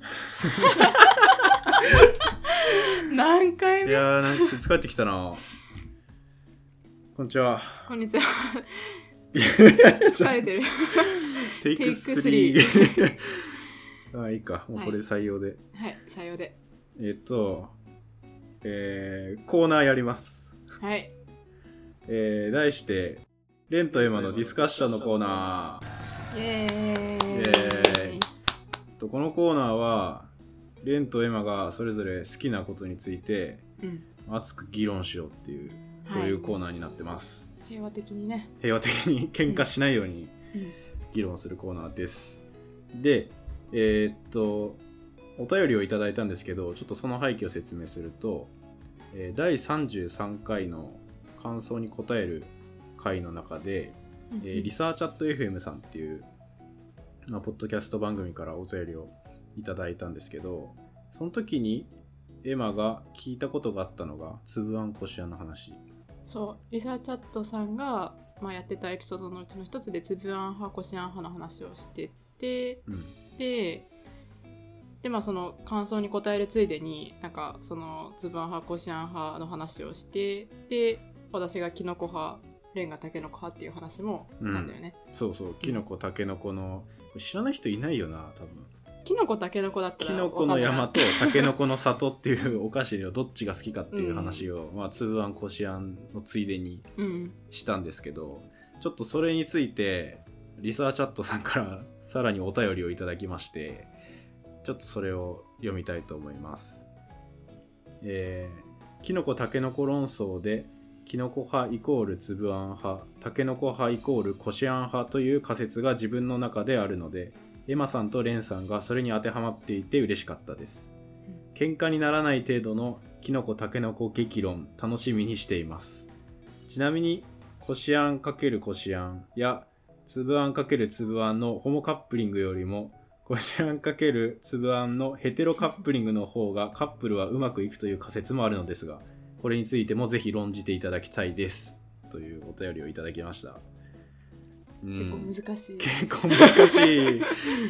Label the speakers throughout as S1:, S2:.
S1: です。
S2: 何回
S1: い
S2: 目
S1: やー、なんかちょっと疲れてきたな。こんにちは。
S2: こんにちは。疲れてる。
S1: テイ
S2: テイ
S1: ク
S2: ク
S1: 3。あーいいか。もうこれ採用で。
S2: はい、さようで。
S1: えっと、えー、コーナーやります。
S2: はい。
S1: えー、題して、レンとエマのディスカッションのコーナー。
S2: イエーイ。
S1: イエーイとこのコーナーは、レンとエマがそれぞれ好きなことについて
S2: うん、
S1: 熱く議論しようっていう、そういうコーナーになってます。
S2: 平和的にね。
S1: 平和的に喧嘩しないように
S2: うん
S1: 議論するコーナーです。で、えーっと、お便りをいただいたんですけど、ちょっとその背景を説明すると、えー第33回の感想に答える回の中で、えーリサーチャット FM さんっていう、まあ、ポッドキャスト番組からお便りをいただいたんですけど、その時にエマが聞いたことがあったのが、つぶあんこしあんの話。
S2: そう、リサーチャットさんが、まあ、やってたエピソードのうちの一つで、つぶあん派、こしあん派の話をしてて、
S1: うん。
S2: で、でまあ、その感想に答えるついでになんかそのつぶあん派こしあん派の話をしてで私がキノコ派レンガタケノコ派っていう話もしたんだよね、
S1: そうそう、キノコ、タケノコの、知らない人いないよな、多分。
S2: キノコタケノコだった
S1: キ
S2: ら
S1: ノコの山
S2: わか
S1: とタケノコの里っていうお菓子のどっちが好きかっていう話を、まあ、つぶあんこしあんのついでに
S2: んないうん
S1: したんですけど、ちょっとそれについて、リサーチャットさんから さらにお便りをいただきまして、ちょっとそれを読みたいと思います。えー、キノコタケノコ論争で、キノコ派イコールつぶあん派、タケノコ派イコールこしあん派という仮説が自分の中であるので、エマさんとレンさんがそれに当てはまっていて嬉しかったです。喧嘩にならない程度のキノコタケノコ激論楽しみにしています。ちなみに、こしあん×こしあんやつぶあん×つぶあんのホモカップリングよりも、こしあん×つぶあんのヘテロカップリングの方がカップルはうまくいくという仮説もあるのですが、これについてもぜひ論じていただきたいです。というお便りをいただきました。う
S2: 結構
S1: ん
S2: 難しい、
S1: 結構難しい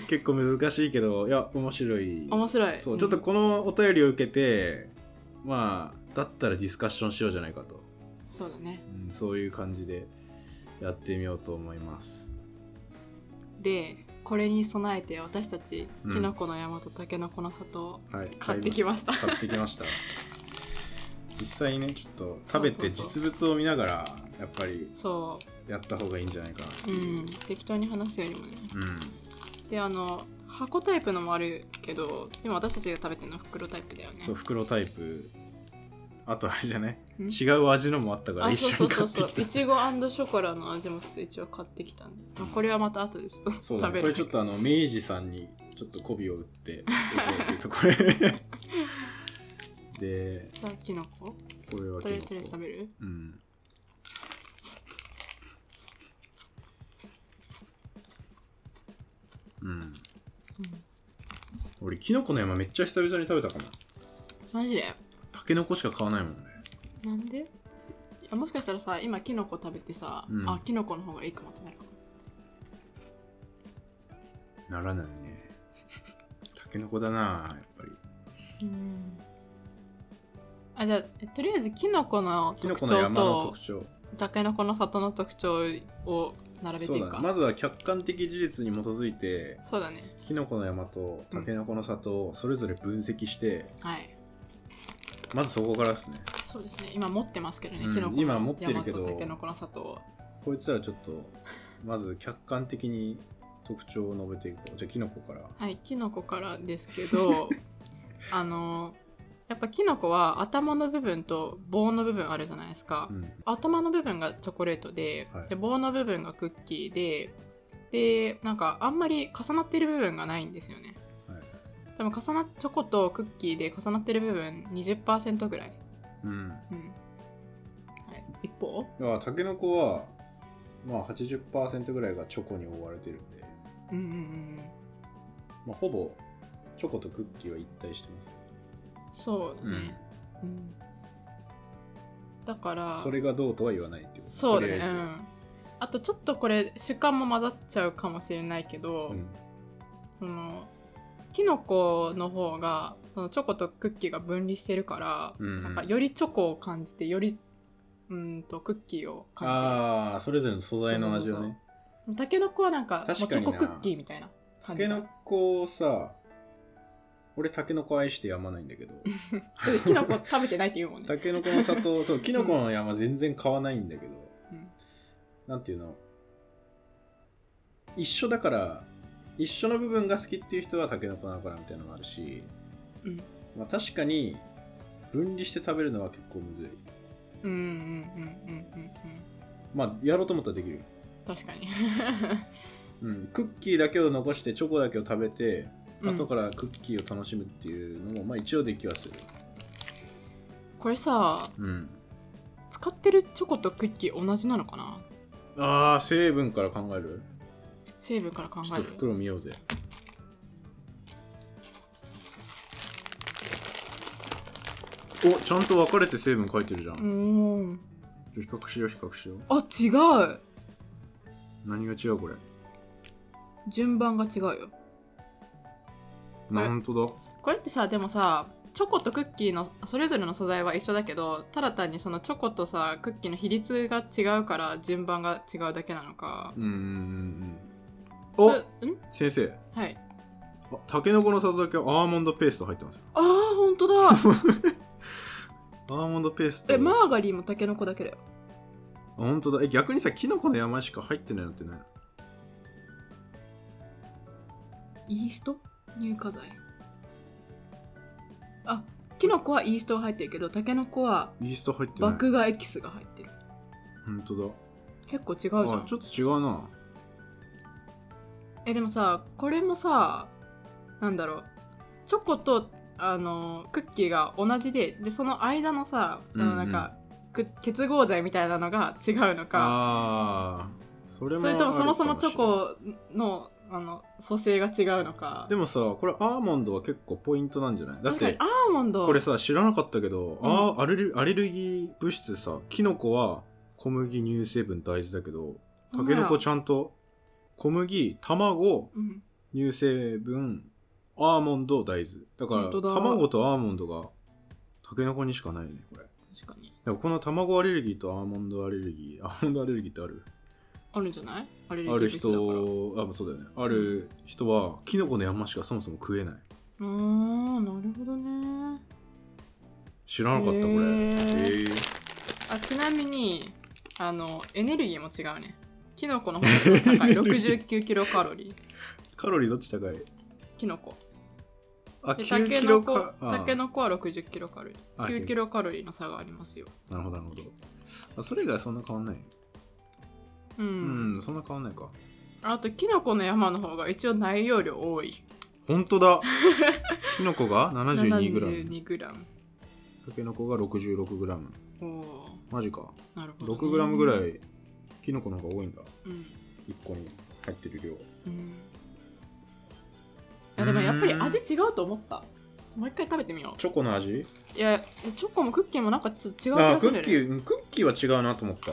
S1: 結構難しいけどいや面白い
S2: 面白い
S1: そう、
S2: ん
S1: ちょっとこのお便りを受けてまあだったらディスカッションしようじゃないかと、
S2: そうだね
S1: うんそういう感じでやってみようと思います
S2: でこれに備えて私たち、
S1: うん
S2: キノコの山とタケノコの里を
S1: はい
S2: 買ってきました
S1: 買ってきました実際にねちょっと食べて
S2: そうそ
S1: 実物を見ながらやっぱり
S2: そ
S1: やった方がいいんじゃないかな
S2: ううん適当に話すよりもね
S1: うん
S2: であの箱タイプのもあるけど今私たちが食べてるのは袋タイプだよね
S1: そう袋タイプあとあれじゃね
S2: ん
S1: 違う味のもあったから
S2: あ
S1: 一
S2: そう
S1: 緒
S2: そ
S1: に
S2: うそうそ
S1: 買って
S2: う
S1: きた
S2: いちごショコラの味もちょっと一応買ってきたんで、まあ、これはまた後でちょっと
S1: そうだ
S2: 食べ
S1: ねこ
S2: る
S1: れちょっとあの明治さんにちょっと媚びを打って いこうというところで
S2: さあキノコ
S1: これは
S2: とりあえずとりあえず
S1: 結構
S2: 食べる
S1: うんうん俺キノコの山めっちゃ久々に食べたかも
S2: マジで
S1: タケノコしか買わないもんね
S2: なんでいやもしかしたらさ今キノコ食べてさ、
S1: うん
S2: あキノコの方がいいかもってなるかも
S1: ならないねタケノコだなやっぱり
S2: うんあじゃあえとりあえずキノコの
S1: キノ
S2: 特
S1: コ
S2: 徴
S1: の山の
S2: と
S1: 特徴
S2: タケノコの里の特徴を並べて
S1: そ
S2: いうく
S1: だ
S2: か
S1: ねまずは客観的事実に基づいて
S2: そうだね
S1: キノコの山とタケノコの里をそれぞれ分析して、
S2: はい
S1: まずそこからですね
S2: そうですね今持ってますけどね、
S1: うん
S2: キノコの
S1: 今持ってるけど
S2: 山とタケノコの里を
S1: こいつらちょっとまず客観的に特徴を述べていこうじゃあキノコから
S2: はいキノコからですけ どあのやっぱキノコは頭の部分と棒の部分あるじゃないですか、
S1: うん
S2: 頭の部分がチョコレートで,、
S1: はい
S2: で棒の部分がクッキーででなんかあんまり重なってる部分がないんですよね、
S1: はい
S2: 多分重なチョコとクッキーで重なってる部分20%ぐらい、
S1: うん
S2: うんはい、一方
S1: いやタケノコはまあ80%ぐらいがチョコに覆われてるんで、
S2: うんうんうん
S1: まあ、ほぼチョコとクッキーは一体してますよ
S2: そうだね、うんだから
S1: それがどうとは言わないっていうこと
S2: そうだね
S1: とりあえず
S2: うんあとちょっとこれ主観も混ざっちゃうかもしれないけど、
S1: うん
S2: そのキノコの方がそのチョコとクッキーが分離してるから、
S1: うんうん
S2: なんかよりチョコを感じてよりうーんとクッキーを感
S1: ああそれぞれの素材の味をね
S2: じるタケノコはなんかもう
S1: 確
S2: チ
S1: か
S2: ョ
S1: にな
S2: コクッキーみたいな
S1: タ
S2: 感じ
S1: ケ
S2: だ
S1: ノコをさ俺タケノコ愛してやまないんだけど
S2: でキノコ食べてないって言うもん ね
S1: タケノコの里 そうキノコの山全然買わないんだけど、
S2: うん
S1: なんていうの一緒だから一緒の部分が好きっていう人はタケノコなのかなみたいなのもあるし、
S2: うん
S1: まあ、確かに分離して食べるのは結構むずい
S2: うんうんうんうんうんうん
S1: まあやろうと思ったらできるよ、
S2: 確かに
S1: うん、クッキーだけを残してチョコだけを食べて
S2: うん
S1: 後からクッキーを楽しむっていうのも、まあ一応できはする
S2: これさ
S1: うん
S2: 使ってるチョコとクッキー同じなのかな
S1: ああ成分から考える
S2: 成分から考
S1: ちょ
S2: え
S1: っと
S2: る
S1: 袋見ようぜおちゃんと分かれて成分書いてるじゃん、
S2: うーん
S1: 比較しよう比較しよう
S2: あ違う
S1: 何が違うこれ
S2: 順番が違うよ
S1: なんとだ
S2: これってさでもさチョコとクッキーのそれぞれの素材は一緒だけどただ単にそのチョコとさクッキーの比率が違うから順番が違うだけなのか
S1: うんうんうんうんお
S2: そうん
S1: 先生
S2: はい
S1: あタケノコの里だけアーモンドペースト入ってますよ
S2: あーほんと だ
S1: アーモンドペースト
S2: えマーガリーもタケノコだけだよ
S1: あ本当だえ逆にさキノコの山しか入ってないのってないの
S2: イースト乳化剤あキノコはイーストが入ってるけどタケノコは
S1: イースト入ってない
S2: 麦芽エキスが入ってる
S1: 本当だ
S2: 結構違うじゃ
S1: あ
S2: ん
S1: ちょっと違うな
S2: えでもさこれもさなんだろうチョコとあのクッキーが同じででその間のさ、あの
S1: うんうん
S2: なんかく結合剤みたいなのが違うのか
S1: ああそれも
S2: それともそもそも
S1: ある
S2: チ
S1: か
S2: ョ
S1: しれない
S2: コのあの組成が違うのか
S1: でもさこれアーモンドは結構ポイントなんじゃないだっ
S2: 確かに
S1: て
S2: アーモンド
S1: これさ知らなかったけど、
S2: うん
S1: あーアレルアレルギー物質さキノコは小麦乳成分大豆だけど
S2: ほ
S1: タ
S2: んま
S1: ケ
S2: や
S1: ノコちゃんと小麦卵
S2: うん
S1: 乳成分アーモンド大豆
S2: ほ
S1: だか
S2: ん
S1: ら
S2: とだ
S1: 卵とアーモンドがタケノコにしかないよねこれ
S2: 確かに
S1: でもこの卵アレルギーとアーモンドアレルギーアーモンドアレルギーってある
S2: あるんじゃないアレルギー
S1: ある
S2: 物質だからう
S1: 人あそうだよねある人はキノコの山しかそもそも食えない
S2: ーんなるほどね
S1: 知らなかったこれ
S2: へ
S1: へ
S2: ー
S1: え
S2: あちなみにあのエネルギーも違うねキノコの方が高い69キ ロカロリー
S1: カロリーどっち高い
S2: キノコ
S1: あ
S2: でタ
S1: 9
S2: ケ
S1: キ
S2: ノ
S1: ロ
S2: コ
S1: か
S2: タケ
S1: ノ
S2: ノコは60キロカロリ
S1: あ
S2: ー9
S1: 9
S2: キロカロリーの差がありますよ
S1: なるほどなるほどあそれ以外そんな変わんない
S2: うん、
S1: うん、そんな変わんないか
S2: あとキノコの山の方が一応内容量多い
S1: 本 当だキノコが 72g
S2: 72グラム
S1: タケノコが 66g
S2: おお
S1: マジか
S2: ーなるほど、ね、
S1: 6g ぐら
S2: い、
S1: いキノコの方が多いんだ
S2: うん
S1: 1個に入ってる量
S2: うん、いやでもやっぱり味違うと思ったもう一回食べてみよ
S1: チョコの味
S2: ういやチョコもクッキーもなんかちょっと違う気
S1: あ
S2: が
S1: ク
S2: する
S1: ッキーうんクッキーは違うなと思った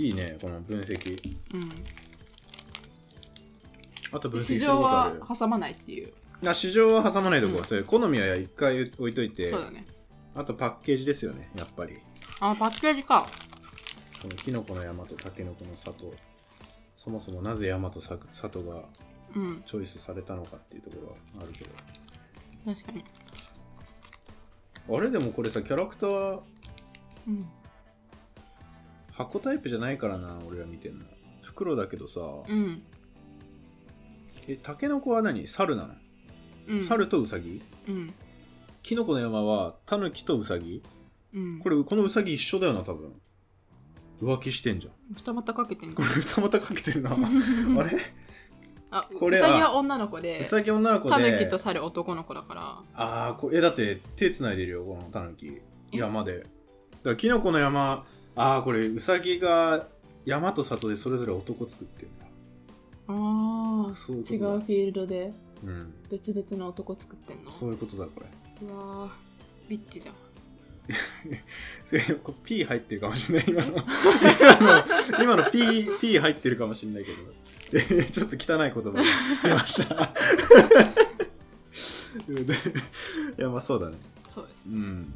S1: いいねこの分析
S2: うん
S1: あと分
S2: で、
S1: 析す
S2: 市
S1: るこ
S2: 場
S1: とあ
S2: は
S1: る
S2: 挟まないっていう
S1: あ市場は挟まないとこ、
S2: うん
S1: それ好みは一回置いといて
S2: そうだね
S1: あとパッケージですよねやっぱり
S2: あパッケージか
S1: このキノコの山とタケノコの里そもそもなぜ山とさ里が
S2: うん
S1: チョイスされたのかっていうところはあるけど
S2: 確かに
S1: あれでもこれさキャラクター
S2: うん
S1: 箱タイプじゃないからな俺ら見てんの袋だけどさ、
S2: うん
S1: えタケノコは何猿なの、
S2: うん
S1: 猿とウサギ
S2: うん
S1: キノコの山はタヌキとウサギ
S2: うん
S1: これこのウサギ一緒だよな多分浮気してんじ ゃん
S2: 二股かけてん
S1: こ
S2: じ
S1: れ二股かけて るなあ
S2: ゃん
S1: れ
S2: あ
S1: これ
S2: う
S1: は
S2: さぎは女の子で
S1: ウサギ女の子で
S2: タヌキと猿男の子だから
S1: ああこえだって手つないでるよこのタヌキ
S2: え
S1: 山でだからキノコの山ああこれウサギが山と里でそれぞれ男作ってるんだ
S2: あ
S1: そういう
S2: 違
S1: ことだ
S2: うフィールドで
S1: うん
S2: 別々の男作ってんの
S1: そういうことだこれ
S2: うわービッチじゃん
S1: これ P 入ってるかもしれない今の今の今の P, P 入ってるかもしれないけどえちょっと汚い言葉が出ました いやまあそうだね
S2: そうです
S1: う。ん、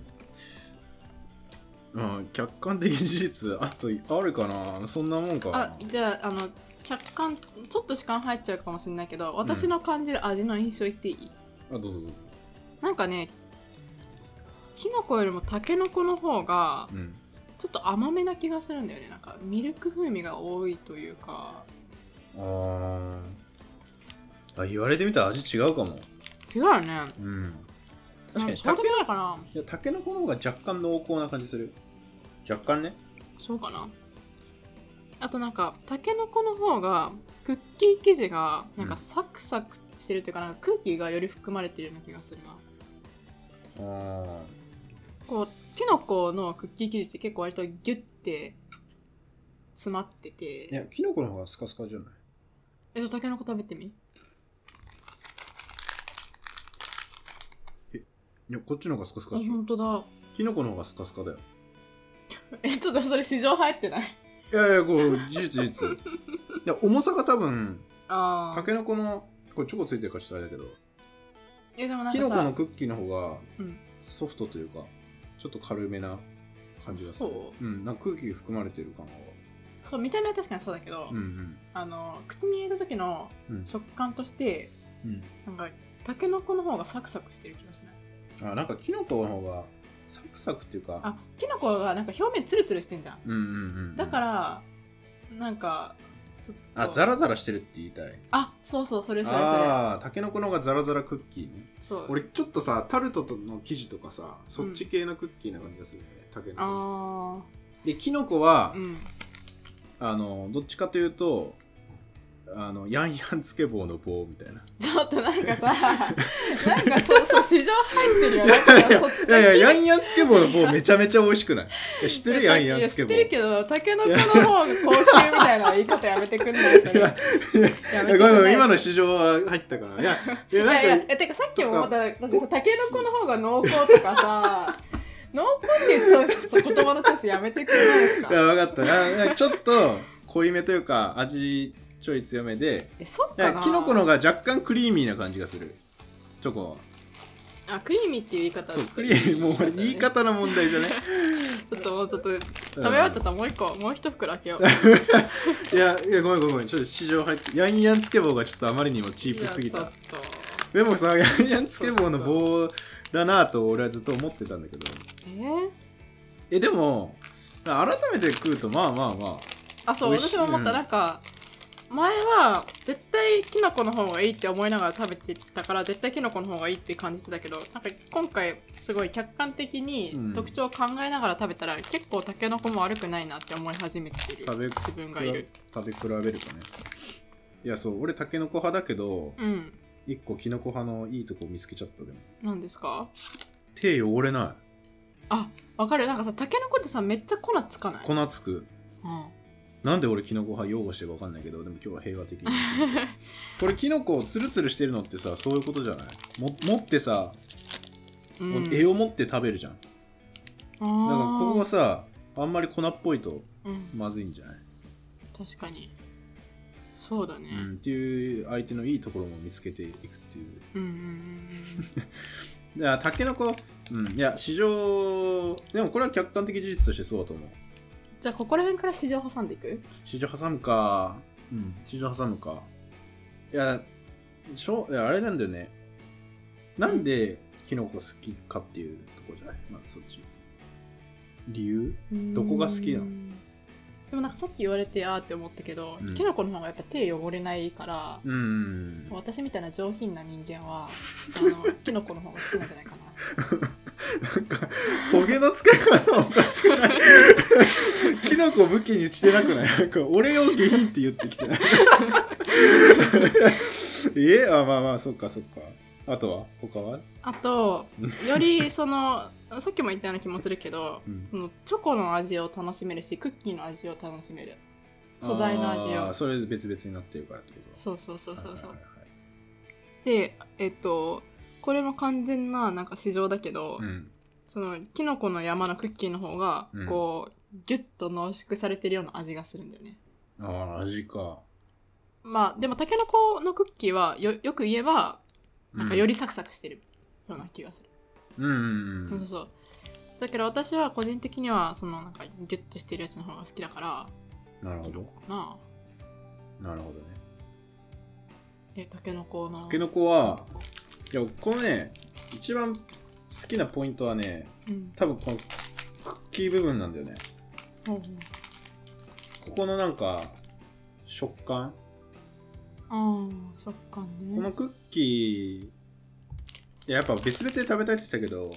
S1: うん、客観的事実あとあるかなそんなもんかな
S2: あじゃああの客観ちょっと主観入っちゃうかもしれないけど私の感じる味の印象言っていい、
S1: あどうぞどうぞ
S2: なんかねきのこよりもたけのこの方が
S1: うん
S2: ちょっと甘めな気がするんだよねなんかミルク風味が多いというか
S1: あーあ言われてみたら味違うかも
S2: 違うよね
S1: うん確かに
S2: そういう
S1: た
S2: こ
S1: け
S2: とないかない
S1: やたけのこの方が若干濃厚な感じする若干ね
S2: そうかなあとなんかたけのこの方がクッキー生地がなん
S1: う
S2: か
S1: ん
S2: サクサクしてるというかなんか空気がより含まれてるような気がするな
S1: あー
S2: こうきのこのクッキー生地って結構割とギュッて詰まって
S1: いや
S2: て
S1: きのこの方がスカスカじゃない
S2: えじゃあたけのこ食べてみ
S1: いやこっちの方がスカス
S2: あ
S1: カでしょ
S2: 本当だ
S1: きのこの方がスカスカだよ
S2: えちょっとそれ市場入ってない
S1: いやいやこう事実事 実いや重さが多分
S2: あ
S1: たけのこのこれチョコついてるかちょっとあれだけど
S2: えでもなん
S1: き
S2: か
S1: のこの
S2: さ
S1: クッキーの方が
S2: うん
S1: ソフトというか、ちょっと軽めな感じがする、
S2: そう
S1: ん、なんか空気が含まれてる感が
S2: そう見た目は確かにそうだけど、
S1: うんうん
S2: あの口に入れた時の
S1: うん
S2: 食感として
S1: うん
S2: なんかたけのこの方がサクサクしてる気がしない
S1: あなんかきのこの方がサクサクっていうか
S2: あきのこがなんか表面ツルツルしてんじゃん
S1: うんうんうん
S2: だからなんかちょっと
S1: あザラザラしてるって言いたい
S2: あそうそうそれそれそれ
S1: ああたけのこの方がザラザラクッキーね
S2: そう
S1: 俺ちょっとさタルトの生地とかさそっち系のクッキーな感じがするよね、たけのこ
S2: あ
S1: できのこは、
S2: あうん
S1: あのどっちかというとあのヤンヤンつけ棒の棒みたいな
S2: ちょっとなんかさ、 なんかそうそう、市場入ってるよ。なん
S1: いやいや
S2: かそっち
S1: いやいや、ヤンヤンつけ棒の棒めちゃめちゃ美味しくないいや知ってるヤンヤンつけ
S2: いや知っ
S1: 棒。
S2: てるけど、タケノコの方が高級みたいな言い方やめてくんないそれや
S1: い
S2: めて
S1: や
S2: くんない
S1: ごめんごめん、今の市場は入ったから。いや、いや
S2: いやい
S1: な
S2: や
S1: んか、
S2: えてかさっきもまた、だってさ、タケノコの方が濃厚とかさ、 濃厚っていうチョイスそう言葉のチョイスやめてくんないですか
S1: いや、分かったいや。いやちょっと濃いめというか、味ちょい強めで、
S2: え、そっ
S1: い
S2: か
S1: や
S2: な。
S1: キノコの方が若干クリーミーな感じがする。チョコは。
S2: あ、クリーミーっていう言い方
S1: そう、クリーミー、もう俺言い方の問題じゃね。
S2: ちょっともうちょっと、食べ終
S1: うん
S2: わっちゃったらもう一個、もう一袋開けよう。
S1: いや、いや、ごめんごめんごめん。ちょっと市場入って、ヤンヤンつけ棒がちょっとあまりにもチープすぎ
S2: いや
S1: た。
S2: ちょっと
S1: でもさ、ヤンヤンつけ棒の棒だなと俺はずっと思ってたんだけど。
S2: えー
S1: えでも改めて食うとまあまあまあ
S2: あそう
S1: 美味しい
S2: 私も思った、
S1: うん
S2: なんか前は絶対きのこの方がいいって思いながら食べてたから絶対きのこの方がいいって感じてたけどなんか今回すごい客観的
S1: う
S2: に
S1: ん
S2: 特徴を考えながら食べたら、結構たけのこも悪くないなって思い始めている
S1: 食べ
S2: 自分がいる
S1: 食べ比べるとねいやそう俺たけのこ派だけど
S2: うん
S1: 一個きのこ派のいいとこ見つけちゃったでも
S2: 何ですか
S1: 手汚れな
S2: あわかるなんかさたけのこってさめっちゃ粉つかない
S1: い、粉つく
S2: うん、
S1: なんで俺きのこ派擁護してるか分かんないけどでも今日は平 和的にこれきのこをツルツルしてるのってさそういうことじゃないも持ってさ、
S2: うん、
S1: 絵を持って食べるじゃんだ
S2: あ
S1: から
S2: ー
S1: ここがさあんまり粉っぽいと
S2: うん、
S1: まずいんじゃない、
S2: 確かにそうだね、
S1: うん、っていう相手のいいところも見つけていくっていう
S2: うん、うんうんうん
S1: いや、タケノコ、うん、いや、市場、でもこれは客観的事実としてそうだと思う。
S2: じゃあここら辺から市場挟んでいく
S1: 市場挟むか、うん、市場挟むか。いや、しょういやあれなんだよね。なんで、キノコ好きかっていうとこじゃないまあ、そっち。理由どこが好きなの
S2: うんでもなんかさっき言われてあーって思ったけど、
S1: うん
S2: キノコの方がやっぱ手汚れないから、
S1: うん。
S2: 私みたいな上品な人間 はあのキノコの方が好きなんじゃないかな
S1: なんか、トゲのつけ方おかしくない キノコ武器にしてなくないなんか、俺を下品って言ってき てないえあ、まあまあ、そっかそっか。あとは他は
S2: あとよりそのさっきも言ったような気もするけど
S1: うん
S2: そのチョコの味を楽しめるしクッキーの味を楽しめる素材の味
S1: あー
S2: を
S1: それぞれ別々になってるからってこと
S2: そうそうそうそうそう、
S1: はいはい
S2: でえっとこれも完全ななんか市場だけど、
S1: はいうん。
S2: そのキノコの山のクッキーの方が
S1: うん
S2: こう、ギュッと濃縮されてるような味がするんだよね
S1: ああ、味か。
S2: まあでもたけのこのクッキーはよよく言えばなんかよりサクサクしてるような気がする、
S1: うんうんう
S2: そうんそうそうだけど私は個人的にはそのなんかギュッとしてるやつの方が好きだから
S1: なる
S2: た
S1: ほ
S2: けの
S1: ど
S2: こかな
S1: なるほどね
S2: えたけのこの
S1: たけのこはいやこのね一番好きなポイントはね
S2: うん
S1: 多分このクッキー部分なんだよね
S2: ほうほう
S1: ここのなんか食感
S2: ああ食感ね
S1: このクッキーいややっぱ別々で食べたいって言ってたけど
S2: うん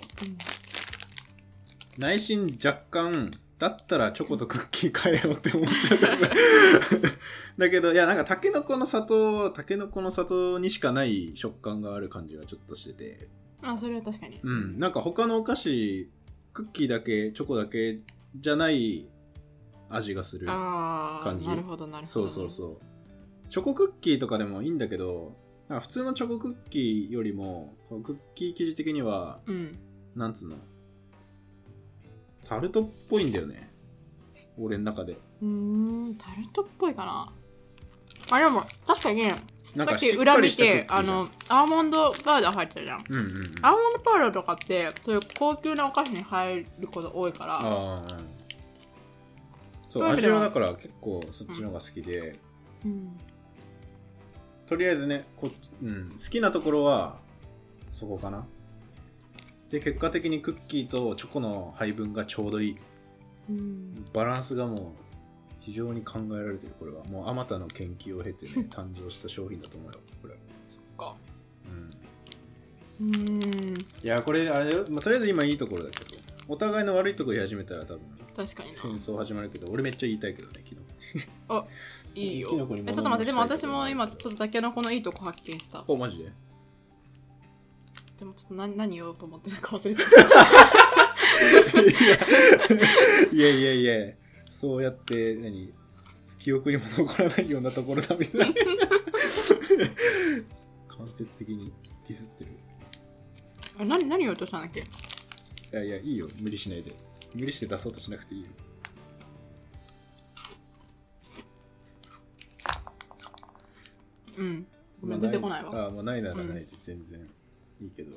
S1: 内心若干だったらチョコとクッキー変えようって思っちゃうけどだけどいやなんかタケノコの里タケノコの里にしかない食感がある感じがちょっとしてて
S2: あそれは確かに
S1: うんなんか他のお菓子クッキーだけチョコだけじゃない味がする
S2: ああ
S1: 感じ
S2: なるほどなるほど
S1: そうそうそうチョコクッキーとかでもいいんだけどなんか普通のチョコクッキーよりもこのクッキー生地的には
S2: ううん
S1: なんつうのタルトっぽいんだよね俺の中で
S2: うーんタルトっぽいかなあでも確かに
S1: な
S2: さ
S1: んか
S2: っ
S1: し
S2: き
S1: っ
S2: 裏
S1: かり
S2: 見
S1: したクッ
S2: て
S1: キ
S2: あ
S1: ーじゃん
S2: のアーモンドパウダー入ってたじゃん
S1: うんうんうん
S2: アーモンドパウダーとかってそういう高級なお菓子に入ること多いから
S1: あーうんそう
S2: そういう意味
S1: 味
S2: では
S1: はだから結構そっちの方が好きで、
S2: うん
S1: とりあえずねこ、うん、好きなところはそこかなで結果的にクッキーとチョコの配分がちょうどいい
S2: うん
S1: バランスがもう非常に考えられてるこれはもうあまたの研究を経てね 誕生した商品だと思うよこれは、
S2: そっか
S1: うん、
S2: うーん
S1: いやこれあれだよ、まあとりあえず今いいところだけどお互いの悪いところ言い始めたら多分
S2: 確かにな
S1: 戦争始まるけど俺めっちゃ言いたいけどね昨日
S2: いいよ
S1: キノコに
S2: え
S1: 物
S2: ちょっと待ってでも
S1: 申し
S2: 私
S1: 上げた
S2: も
S1: い
S2: 今ちょっとタケノコのいいとこ発見した
S1: おマジで
S2: でもちょっと何何言おうと思ってなんか忘れてた
S1: いやいやいやそうやって何記憶にも残らないようなところだみたいな 間接的にディスってる
S2: あ何何言おうとしたんだっけ
S1: いやいやいいよ無理しないで無理して出そうとしなくていいよ
S2: うんごめん出てこないわ
S1: ああもうないならないで全然いいけど、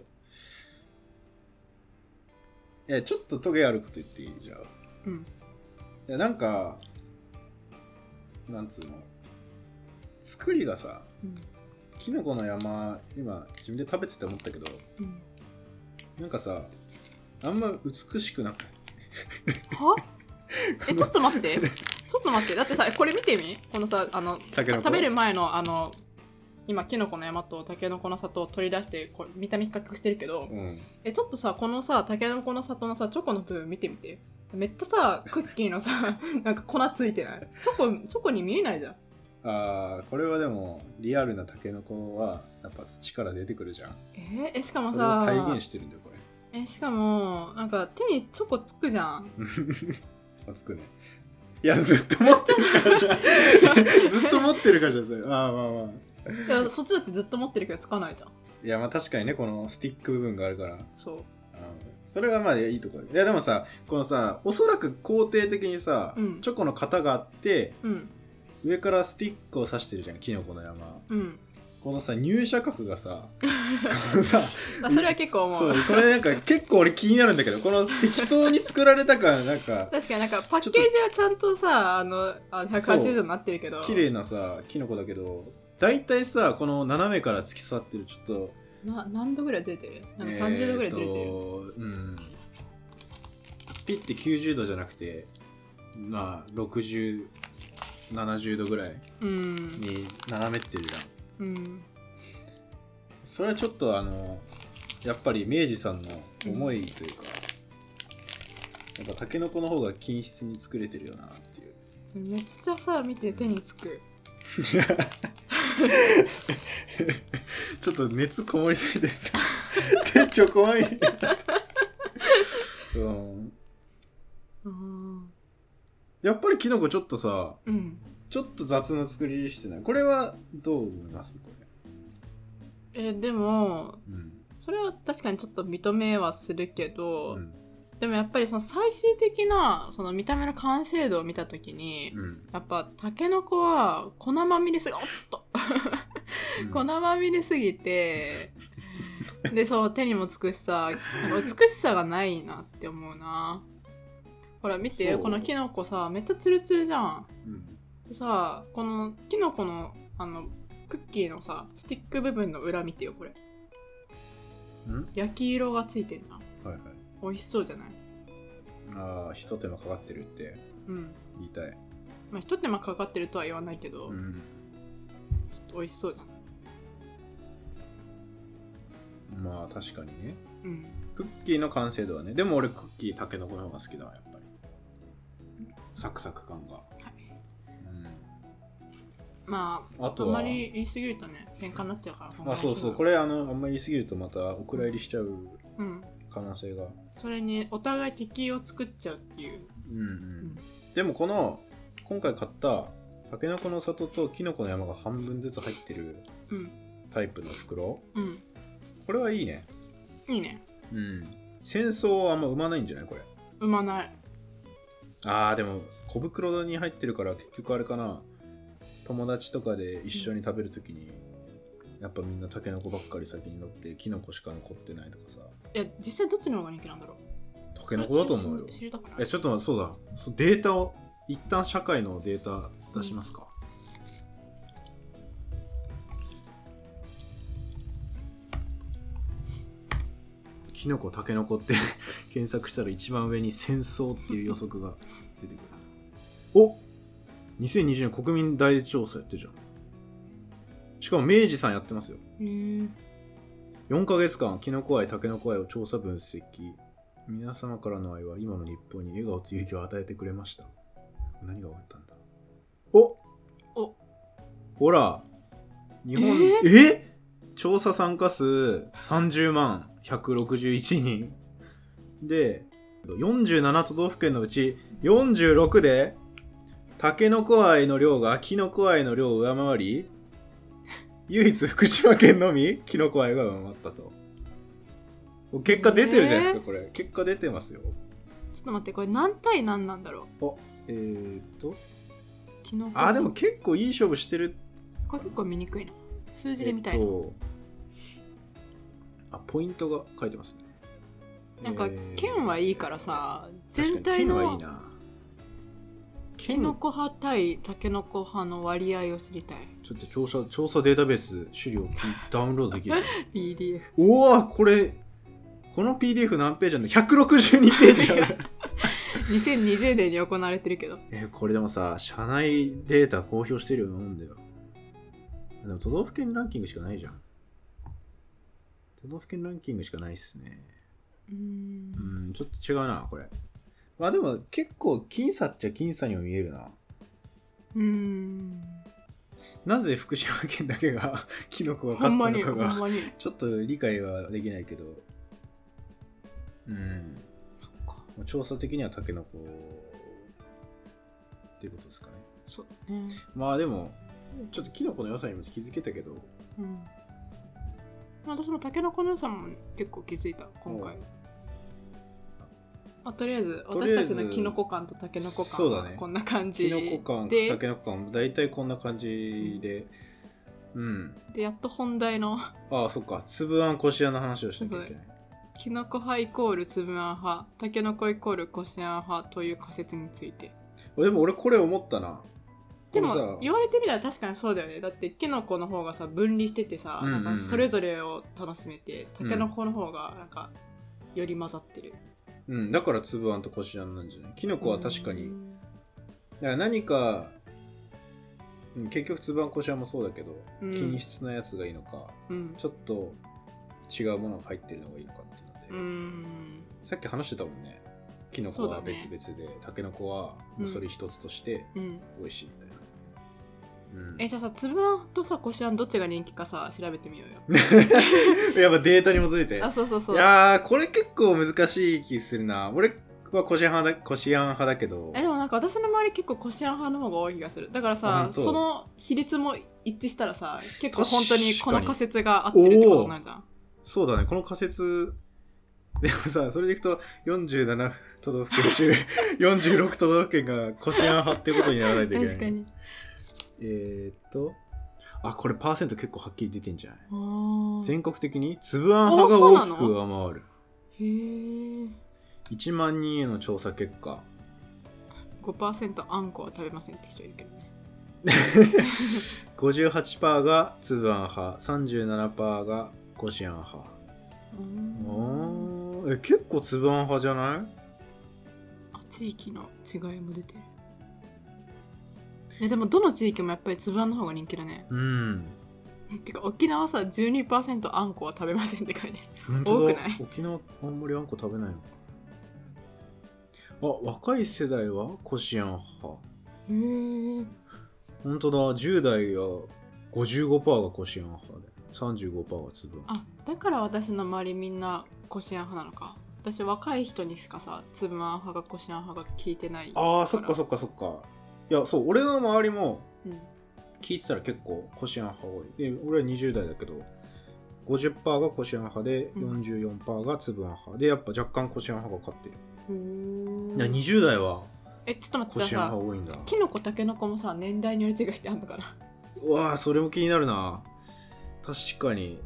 S1: えちょっとトゲあること言っていいじゃあ
S2: うん
S1: いやなんかなんつうの作りがさ
S2: うん
S1: キノコの山今自分で食べてて思ったけど
S2: うん
S1: なんかさあんま美しくなくない
S2: はえちょっと待ってちょっと待ってだってさこれ見てみこのさあの
S1: タケノコ
S2: 食べる前のあの今キノコの山とタケノコの里を取り出してこう見た目比較してるけど、
S1: うん
S2: えちょっとさこのさタケノコの里のさチョコの部分見てみてめっちゃさクッキーのさ なんか粉ついてないチョコチョコに見えないじゃん
S1: あーこれはでもリアルなタケノコはやっぱ土から出てくるじゃん
S2: えーえしかも
S1: それを
S2: さ
S1: 再現してるんだよこれ
S2: えしかもなんか手にチョコつくじゃん
S1: あつくねいやずっと持ってるからじゃん ずっと持って るからじゃんそれあーまあまあ
S2: いやそっちだってずっと持ってるけどつかないじゃん
S1: いやまあ確かにねこのスティック部分があるから
S2: そ
S1: あのそれはまあいいとこだよいやでもさこのさおそらく肯定的にさ、
S2: うん
S1: チョコの型があって
S2: ううん
S1: 上からスティックを刺してるじゃんキノコの山
S2: うん
S1: このさ入射角が さこのさ
S2: あそれは結構思
S1: そううこれなんか結構俺気になるんだけどこの適当に作られた感なんか
S2: 確かになんかパッケージはちゃんとさあのあの180度になってるけど
S1: 綺麗なさキノコだけど大体さこの斜めから突き刺さってるちょっと
S2: な何度ぐらいずれてるなんか30度ぐらいずれてる、
S1: えーとうんピッて90度じゃなくてまあ6070度ぐらい
S2: うん
S1: に斜めってるじゃん
S2: うん
S1: それはちょっとあのやっぱり明治さんの思いというか、やっぱタケノコの方が均質に作れてるよなっていう
S2: めっちゃさ見て手につく
S1: ちょっと熱こもりすぎ てさ手ちょこまいうん
S2: うん
S1: やっぱりキノコちょっとさ
S2: うん
S1: ちょっと雑な作りしてないこれはどう思いますこれ、
S2: えでも
S1: うん
S2: それは確かにちょっと認めはするけ
S1: う
S2: ど、
S1: ん
S2: でもやっぱりその最終的なその見た目の完成度を見た時に、
S1: うん
S2: やっぱタケノコは粉まみれすぎおっと
S1: うん
S2: 粉まみれすぎてでそう手にもつくしさなんか美しさがないなって思うなほら見て
S1: そう
S2: このキノコさめっちゃツルツルじゃん
S1: うん
S2: でさこのキノコのあのクッキーのさスティック部分の裏見てよこれ
S1: うん
S2: 焼き色がついてんじゃん
S1: はいはい
S2: 美味しそうじゃない
S1: ああひと手間かかってるって
S2: うん
S1: 言いたい、
S2: まあ一手間かかってるとは言わないけど、
S1: うん、
S2: ちょっと美味しそうじゃない
S1: まあ確かにね
S2: うん
S1: クッキーの完成度はねでも俺クッキーたけのこの方が好きだわやっぱりサクサク感が、うん
S2: まあ
S1: あ
S2: あ
S1: と
S2: ん
S1: は
S2: まり言い過ぎるとね喧嘩になっちゃうから
S1: あそうそうこ
S2: れ
S1: れあのあんまり言いすぎるとまたお蔵入りしちゃう
S2: うん
S1: 可能性が
S2: それにお互い敵を作っちゃうっていう
S1: うんうんでもこの今回買ったたけのこの里ときのこの山が半分ずつ入ってる
S2: うん
S1: タイプの袋
S2: うん
S1: これはいいね
S2: いいね
S1: うん戦争はあんま生まないんじゃないこれ
S2: 産まない
S1: あーでも小袋に入ってるから結局あれかな友達とかで一緒に食べるときにやっぱみんなタケノコばっかり先に乗ってキノコしか残ってないとかさ
S2: いや実際どっちの方が人気なんだろう
S1: タケノコだと思うよ
S2: 知りたくない
S1: えちょっと待ってそうだそデータを一旦社会のデータ出しますか、キノコタケノコって 検索したら一番上に戦争っていう予測が出てくるお2020年国民大調査やってるじゃんしかも明治さんやってますよ
S2: へー
S1: 4ヶ月間、キノコ愛、タケノコ愛を調査分析。皆様からの愛は今の日本に笑顔と勇気を与えてくれました。何が分かったんだお
S2: お
S1: ほら日本、
S2: え
S1: え調査参加数30万161人。で、47都道府県のうち46で、タケノコ愛の量がキノコ愛の量を上回り、唯一福島県のみキノコ愛が上回ったと結果出てるじゃないですか、
S2: え
S1: これ結果出てますよ
S2: ちょっと待ってこれ何対何なんだろう
S1: えー、っと
S2: キノコ
S1: あーでも結構いい勝負してる
S2: これ結構見にくいな数字
S1: え
S2: で
S1: っ
S2: 見たいな、
S1: とあポイントが書いてますね
S2: なんか
S1: えー
S2: 剣はいいからさ全
S1: 確か
S2: 体
S1: に剣はいい
S2: の
S1: な
S2: キ
S1: 剣
S2: ノコ派対タケノコ派の割合を知りたい
S1: ちょっと調査調査データベース 資料ダウンロードできる
S2: PDF
S1: おおこれこの PDF 何ページあるの ?162 ページある
S2: 2020年に行われてるけど
S1: えーこれでもさ社内データ公表してるようなもんだよでも都道府県ランキングしかないじゃん都道府県ランキングしかないっすね
S2: うーん
S1: うんちょっと違うなこれまあでも結構僅差っちゃ僅差にも見えるな
S2: うーん
S1: なぜ福島県だけが キノコが
S2: ほ
S1: 勝
S2: んま
S1: っ
S2: に
S1: た
S2: ほ
S1: の
S2: ん
S1: かが
S2: まに
S1: ちょっと理解はできないけどうん
S2: そっか
S1: まあ調査的にはタケノコっていうことですかね
S2: そうね
S1: まあでもちょっとキノコの良さにも気づけたけど
S2: うん私もタケノコの良さも結構気づいた今回
S1: おう
S2: あとりあえず
S1: と
S2: 私
S1: りあえ
S2: た
S1: ず
S2: ちのキノコ感とタケノコ
S1: そう
S2: 感
S1: だ
S2: は
S1: ね
S2: こんな感じ
S1: き
S2: で,、
S1: のこ感たけのこ感大体こんな感じでうん、
S2: でやっと本題の
S1: ああそっか粒あんこしあんの話をしなきゃいけない
S2: キノコ派イコールつぶあん派タケノコイコールこしあん派という仮説について
S1: あでも俺これ思ったな
S2: で
S1: これ
S2: も言われてみたら確かにそうだよねだってキノコの方がさ分離しててさ、
S1: うんうんうん
S2: なんかそれぞれを楽しめて
S1: う
S2: タ
S1: ん
S2: ケノコの方がなんかより混ざってる、
S1: うんだから粒あんとこしあんなんじゃないきのこは確かに、だから何か、うん、結局粒あんこしあんもそうだけど、
S2: うん
S1: 均質なやつがいいのか
S2: うん
S1: ちょっと違うものが入ってるのがいいのかっていうので、
S2: うん
S1: さっき話してたもんねきのこは別々でたけのこはもうそれ一つとして
S2: うん
S1: 美味しいみたいな、うん
S2: えじゃあさつぶあんとさこしあんどっちが人気かさ調べてみようよ
S1: やっぱデータに基づいて。
S2: あそうそう
S1: い
S2: そう
S1: やー、これ結構難しい気するな。俺はコシアン派だコシアン派だけど
S2: え、でもなんか私の周り結構こしあん派の方が多い気がするだから
S1: あ
S2: さ
S1: 本当
S2: その比率も一致したらさ結構
S1: 確かに
S2: 本当にこの仮説が合ってるってことになるじゃん
S1: そうだね、この仮説、でもさそれでいくと47都道府県 中46都道府県が腰が張ってことにならないといけない
S2: 確かに
S1: えー、っとあこれパーセント結構はっきり出てんじゃない
S2: あー
S1: 全国的に粒あん派が大きく上回る
S2: へえ
S1: 1万人への調査結果
S2: 5%あんこは食べませんって人いるけどね
S1: 58%が粒あん派37%がこしあん
S2: う
S1: 派
S2: ー
S1: あ
S2: ん
S1: ーえ結構粒あん派じゃない
S2: あ地域の違いも出てるいやでもどの地域もやっぱり粒あんの方が人気だね
S1: うん
S2: てか沖縄さ12%あんこは食べませんって書いてある
S1: 本当だ
S2: 多くない
S1: 沖縄あんまりあんこ食べないのかあ若い世代はこしあん派
S2: へー
S1: 本当だ10代は55%がこしあん派で35%が粒あん
S2: あだから私の周りみんなこしあん派なのか私若い人にしかさ粒あん派がこしあん派が聞いてない
S1: あーそっかそっかそっかいやそう俺の周りも
S2: うん
S1: 聞いてたら結構こしあん派多いで俺は20代だけど50%がこしあん派で
S2: うん
S1: 44%が粒あん派でやっぱ若干こしあん派が勝ってる、
S2: へー
S1: いや20代は
S2: えちょっと待って
S1: こ
S2: じゃあ
S1: しあん
S2: さ
S1: 派多いんだ
S2: きのこたけのこもさ年代により違いってあんのかな
S1: うわあそれも気になるな確かに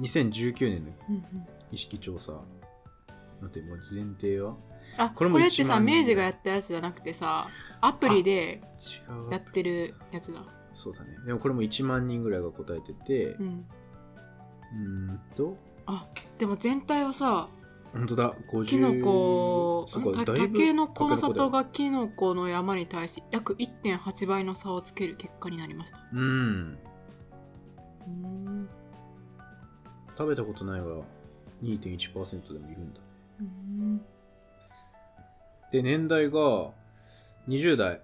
S1: 2019年の
S2: うん、うん、
S1: 意識調査待ってもう前提は
S2: あ
S1: こ
S2: これ
S1: れも
S2: って
S1: 1
S2: さ
S1: 万人
S2: 明治がやったやつじゃなくてさアプリで
S1: 違う
S2: やってるやつだ
S1: そうだねでもこれも1万人ぐらいが答えてて
S2: う
S1: うんーんと
S2: あでも全体はさ
S1: 本当だ50
S2: きのこ
S1: そっか
S2: た
S1: だい
S2: た
S1: ぶ
S2: けのこの里
S1: たけのこだよ
S2: がきのこの山に対し約1.8倍の差をつける結果になりました
S1: うん
S2: うーん
S1: 食べたことないが2.1%でもいるんだ
S2: うーん
S1: で年代が20代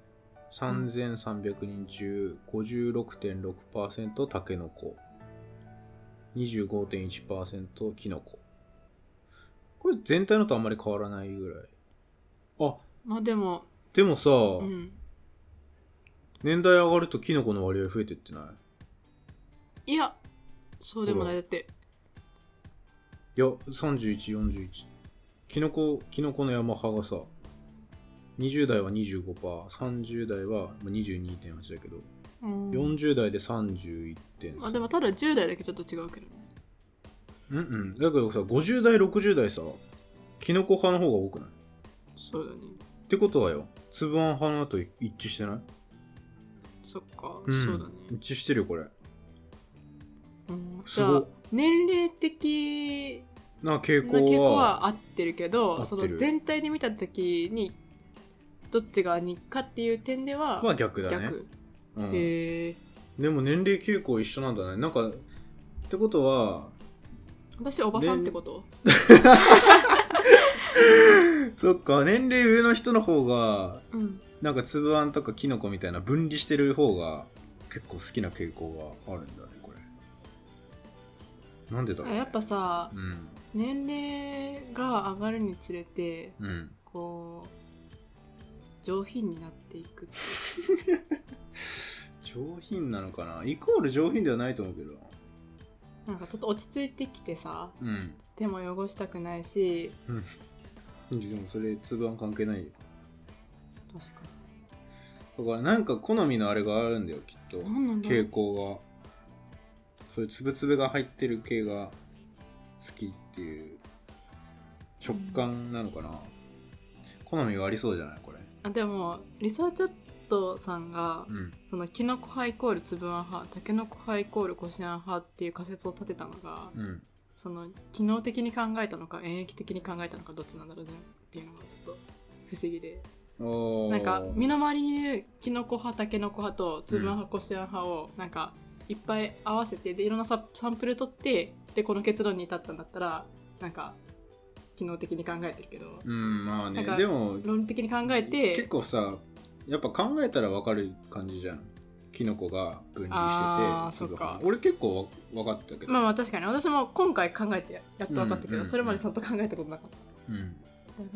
S1: 3300人中56.6%タケノコ25.1%キノコこれ全体のとあんまり変わらないぐらいあ
S2: まあでも
S1: でもさ、
S2: うん
S1: 年代上がるとキノコの割合増えてってない
S2: いやそうでもないだって
S1: いや3141キノコキノコの山派がさ20代は 25%30 代はまあ22.8だけど
S2: うん
S1: 40代で31点
S2: まあでもただ10代だけちょっと違うけどね
S1: うんうんだけどさ50代60代さキノコ派の方が多くない
S2: そうだね
S1: ってことはよ粒あん派のと一致してない、
S2: そっか、
S1: ん
S2: そうだね、
S1: 一致してるよこれ
S2: うん、
S1: す
S2: じゃ
S1: ご
S2: あ
S1: っ
S2: 年齢的
S1: な傾向
S2: な
S1: は
S2: 傾向は合ってるけ
S1: 合って
S2: ど
S1: る
S2: その全体で見た時にどっちがにかっていう点では
S1: まあ逆だ
S2: 逆、
S1: ね、うん、
S2: へえ
S1: でも年齢傾向一緒なんだねなんかってことは
S2: 私おばさんってこと、
S1: そっか年齢上の人の方が
S2: うん
S1: なんか粒あんとかキノコみたいな分離してる方が結構好きな傾向があるんだねこれなんでだろう、ね、
S2: やっぱさ
S1: うん
S2: 年齢が上がるにつれて
S1: うん
S2: こう上品になっていく
S1: 上品なのかなイコール上品ではないと思うけど
S2: なんかちょっと落ち着いてきてさ
S1: うん
S2: 手も汚したくないし
S1: でもそれ粒あん関係ないよ
S2: 確か
S1: だからなんか好みのあれがあるんだよきっと
S2: に何なんだろう
S1: 傾向がそういう粒々が入ってる系が好きっていう食感なのかな、好みがありそうじゃないこれ
S2: あでもリサーチャットさんが
S1: うん
S2: そのキノコ派イコール粒あん派タケノコ派イコールコシアン派っていう仮説を立てたのが
S1: うん
S2: その機能的に考えたのか演疫的に考えたのかどっちなんだろうねっていうのがちょっと不思議で
S1: おー
S2: なんか身の回りにいるキノコ派タケノコ派と粒あん派コシアン派をなんかいっぱい合わせてでいろんなササンプル取ってでこの結論に至ったんだったらなんか機能的に考えてるけど
S1: うんまあね
S2: なんか
S1: でも
S2: 論理的に考えて
S1: 結構さやっぱ考えたら分かる感じじゃんキノコが分離
S2: あー
S1: してて粒が
S2: そっか
S1: 俺結構わ分かったけど、
S2: まあまあ確かに私も今回考えてややっと分かったけ
S1: うんう
S2: ど、
S1: ん
S2: それまでちゃんと考えたことなかっ
S1: うん、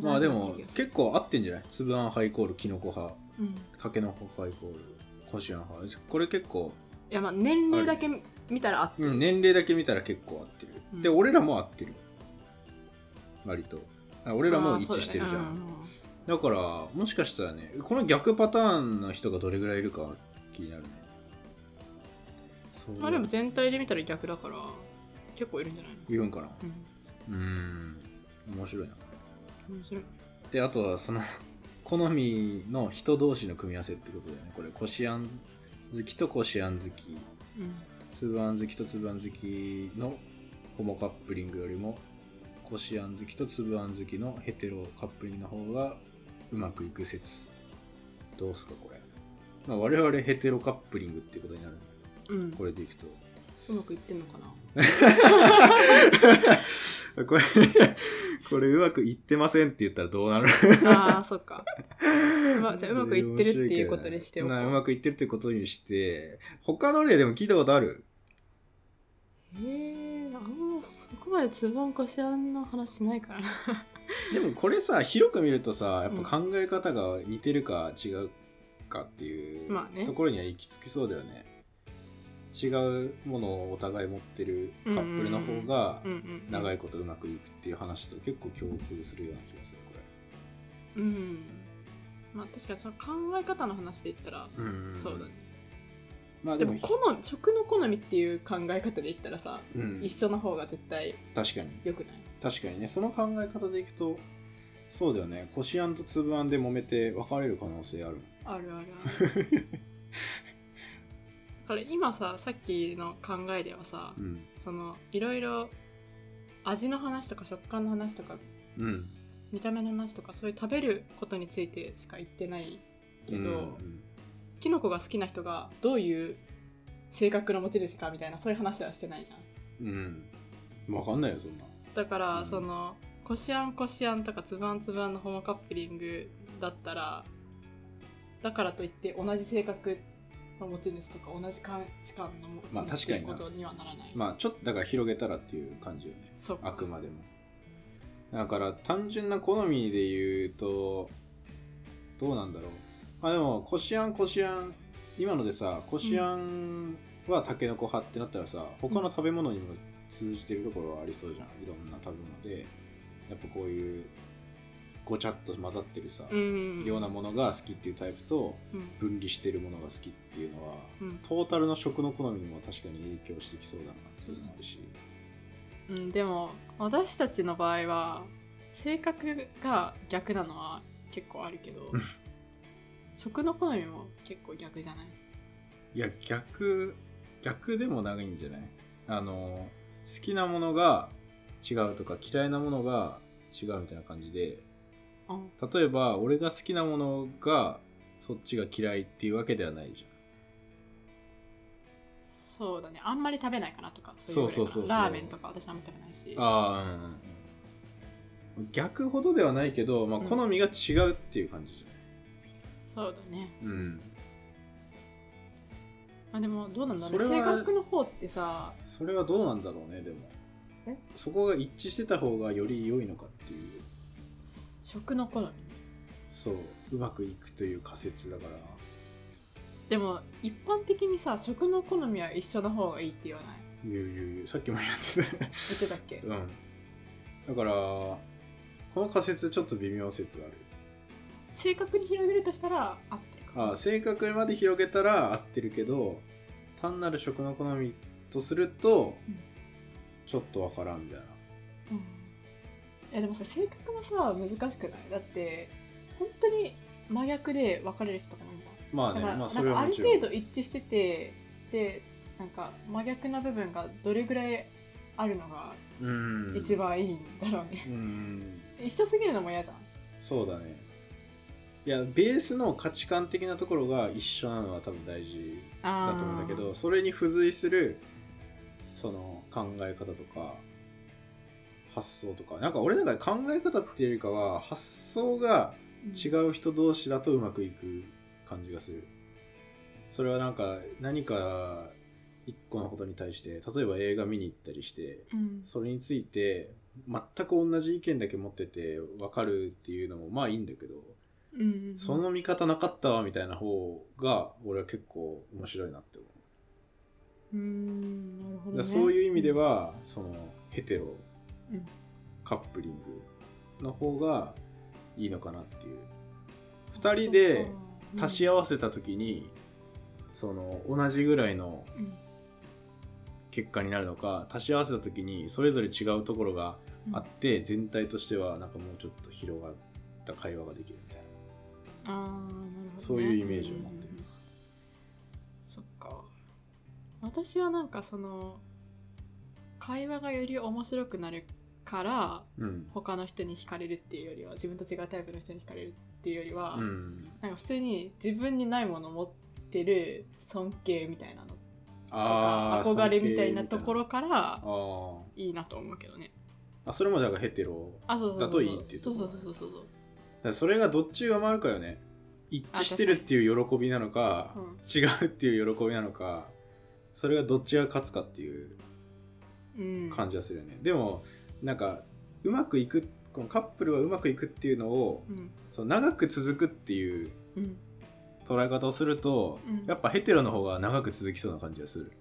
S2: た。
S1: まあでも
S2: 結
S1: 結構合ってんじゃない粒あん派イコールキノコ派
S2: うん、い
S1: タケノコ派イコールコシアン派これ結構、
S2: やまあ年齢だけ見たらあっ
S1: うん、年齢だけ見たら結構合ってる、
S2: うん
S1: で俺らも合ってる割とあ俺らも一致してるじゃんだ,、からもしかしたらねこの逆パターンの人がどれぐらいいるか気になるねそう
S2: まあでも全体で見たら逆だから結構いるんじゃないの
S1: いるんかな
S2: う
S1: うーん面白いなん
S2: 面白い
S1: であとはその 好みの人同士の組み合わせってことだよねこれこしあん好きとこしあん好き粒あん好きと粒あん好きのホモカップリングよりもこしあん好きと粒あん好きのヘテロカップリングの方がうまくいく説どうすかこれ、まあ、我々ヘテロカップリングってことになる
S2: うん、うん、
S1: これ でいくと
S2: うまくいってんのかな
S1: これこれうまくいってませんって言ったらどうなる
S2: ああそっか、ま、じゃあうまくいってるっていうことにしておこ
S1: な
S2: う
S1: うまくいってるってことにして他の例でも聞いたことある
S2: えー、あんまそこまでつばんこしあんの話しないからな
S1: でもこれさ広く見るとさやっぱ考え方が似てるか違うかっていう
S2: まあね
S1: ところには行き着きそうだよね違うものをお互い持ってるカップルの方が
S2: うんうん
S1: 長
S2: い
S1: いことうまくいくっていう話と結構共通するような気がするこ
S2: うんまあ確かにその考え方の話で言ったら
S1: れ
S2: そうだね
S1: まあ
S2: で
S1: で
S2: も
S1: も
S2: 好み食の好みっていう考え方で言ったらさ、
S1: うん
S2: 一緒の方が絶対
S1: 確かに
S2: 良くない
S1: 確かにねその考え方でいくとそうだよねこしあんとつぶあんで揉めて別れる可能性ある
S2: あるあるある これ今ささっきの考えではさ
S1: うん
S2: そのいろいろ味の話とか食感の話とか
S1: うん
S2: 見た目の話とかそういう食べることについてしか言ってないけど、
S1: うん
S2: キノコが好きな人がどういう性格の持ち主かみたいなそういう話はしてないじゃん
S1: うん、うん、わかんないよそんな
S2: だから、
S1: うん
S2: そのこしあんこしあんとかつばんつばんのホモカップリングだったらだからといって同じ性格の持ち主とか同じ価値観の持ち主、
S1: まあ確かにな
S2: っていうことにはならない、
S1: まあちょっとだから広げたらっていう感じよね
S2: そう
S1: あくまでもだから単純な好みで言うとどうなんだろうまあでもこしあんこしあん今のでさこしあんはたけのこ派ってなったらさ他の食べ物にも通じてるところはありそうじゃんいろんな食べ物でやっぱこういうごちゃっと混ざってるさ、
S2: うん
S1: ようなものが好きっていうタイプと
S2: うん
S1: 分離してるものが好きっていうのは、
S2: うん
S1: トータルの食の好みにも確かに影響してきそうだなっていうのもあるし、
S2: うん、でも私たちの場合は性格が逆なのは結構あるけ ど食の好みも結構逆じゃない
S1: いや逆逆でもないんじゃないあの好きなものが違うとか嫌いなものが違うみたいな感じで
S2: あ
S1: 例えば俺が好きなものがそっちが嫌いっていうわけではないじ
S2: そうだねあんまり食べないかなとかいぐらいかな
S1: そうそうそうそう
S2: ラーメンとか私あんま食べないし
S1: ゃんああうんうん逆ほどではないけど、まあ、
S2: うん
S1: 好みが違うっていう感じじ
S2: そうだね
S1: ゃん、うん、
S2: まあでもどうなんだろうね
S1: それ
S2: 性
S1: は
S2: 格の方ってさ
S1: それはどうなんだろうねでも
S2: え
S1: そこが一致してた方がより良いのかっていう
S2: 食の好みね
S1: そううまくいくという仮説だから
S2: でも一般的にさ食の好みは一緒の方がいいって言わない
S1: ゆうゆうゆうさっきもやってたね
S2: 言ってたっけ
S1: うんだからこの仮説ちょっと微妙説ある
S2: 正確に広げるとしたら合ってるか
S1: あ正確まで広げたら合ってるけど単なる食の好みとすると、
S2: うん
S1: ちょっとわからんみたいな
S2: うんいやでもさ性格もさ難しくないだって本当に真逆で別れる人とかもいるじゃ
S1: まあ
S2: んだ
S1: ね
S2: から、
S1: まあ
S2: な
S1: そ
S2: ん
S1: れ
S2: か
S1: は
S2: あ
S1: も
S2: る
S1: ちろん
S2: 程度一致しててでなんか真逆な部分がどれぐらいあるのが
S1: うん
S2: 一番いいんだろうね、
S1: うん
S2: 一緒すぎるのも嫌じゃん
S1: そうだねいやベースの価値観的なところが一緒なのは多分大事だと思うんだけどそれに付随するその考え方とか発想とかなんか俺なんか考え方っていうよりかは発想が違
S2: うん
S1: う人同士だとうまくいく感じがするそれはなんか何か一個のことに対して例えば映画見に行ったりして
S2: うん
S1: それについて全く同じ意見だけ持ってて分かるっていうのもまあいいんだけど
S2: うんうん
S1: その見方なかったわみたいな方が俺は結構面白いなって思う
S2: うんなるほど、ね、
S1: だそういう意味ではそのヘテロ
S2: うん
S1: カップリングの方がいいのかなっていう2人で足し合わせた時に、その同じぐらいの
S2: うん
S1: 結果になるのか足し合わせた時にそれぞれ違うところが
S2: うん
S1: あって、全体としてはなんかもうちょっと広がった会話ができるみたい
S2: あ
S1: な
S2: ーなるほどね
S1: そういうイメージを持ってる
S2: うんうんうんそっか私はなんかその会話がより面白くなるから
S1: うん
S2: 他の人に惹かれるっていうよりは自分と違うタイプの人に惹かれるっていうよりは、
S1: うん
S2: なんか普通に自分にないものを持ってる尊敬みたいなのと
S1: あ
S2: か
S1: ー
S2: 憧れみたいなとこ
S1: 尊敬み
S2: ろから
S1: たいなあー
S2: いいなと思うけどね
S1: あそれもだからヘテロ
S2: あそうそうそう
S1: だといいっていう
S2: そ
S1: と
S2: う
S1: こ
S2: そうそうそうそう
S1: だからそれがどっちが回るかよね一致してるっていう喜びなのか
S2: あ確
S1: 違うっていう喜びなのかそれがどっちが勝つかっていう
S2: うん
S1: 感じはするよね、でもなんかうまくいくこのカップルはうまくいくっていうのを
S2: うん
S1: そう長く続くっていう
S2: うん
S1: 捉え方をすると、
S2: うん
S1: やっぱヘテロの方が長く続きそうな感じがする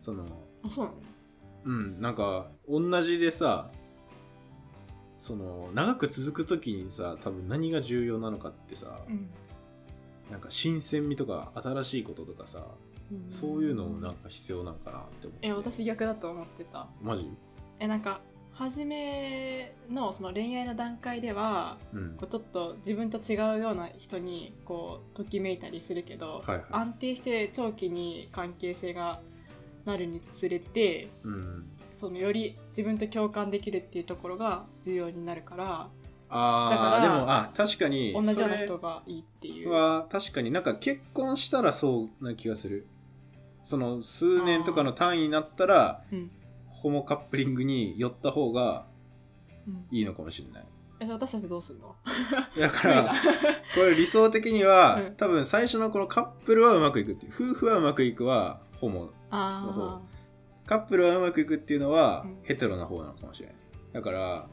S1: その
S2: あそうなの
S1: うんなんか同じでさその長く続く時にさ多分何が重要なのかってさ、
S2: うん
S1: なんか新鮮味とか新しいこととかさ、そういうのもなんか必要なんかなって思って
S2: え私逆だと思ってた
S1: マジ
S2: えなんか初めのその恋愛の段階では
S1: うん
S2: こうちょっと自分と違うような人にこうときめいたりするけど、
S1: はいはい
S2: 安定して長期に関係性がなるにつれて
S1: うん
S2: そのより自分と共感できるっていうところが重要になるから
S1: ああで
S2: だから
S1: もあ確かに
S2: 同じような
S1: そ
S2: 人
S1: れ
S2: がいいっていう。
S1: は確かになんか結婚したらそうな気がするその数年とかの単位になったら
S2: うん
S1: ホモカップリングに寄った方が
S2: うん
S1: いいのかもし れない
S2: え私たちどうすんの
S1: だか
S2: 無
S1: ら
S2: 理だ
S1: これ理想的には、
S2: うん
S1: 多分最初のこのカップルはうまくいくっていう夫婦はうまくいくはホモ
S2: あー
S1: カップルはうまくいくっていうのは、
S2: うん
S1: ヘテロな方なのかもしれないだから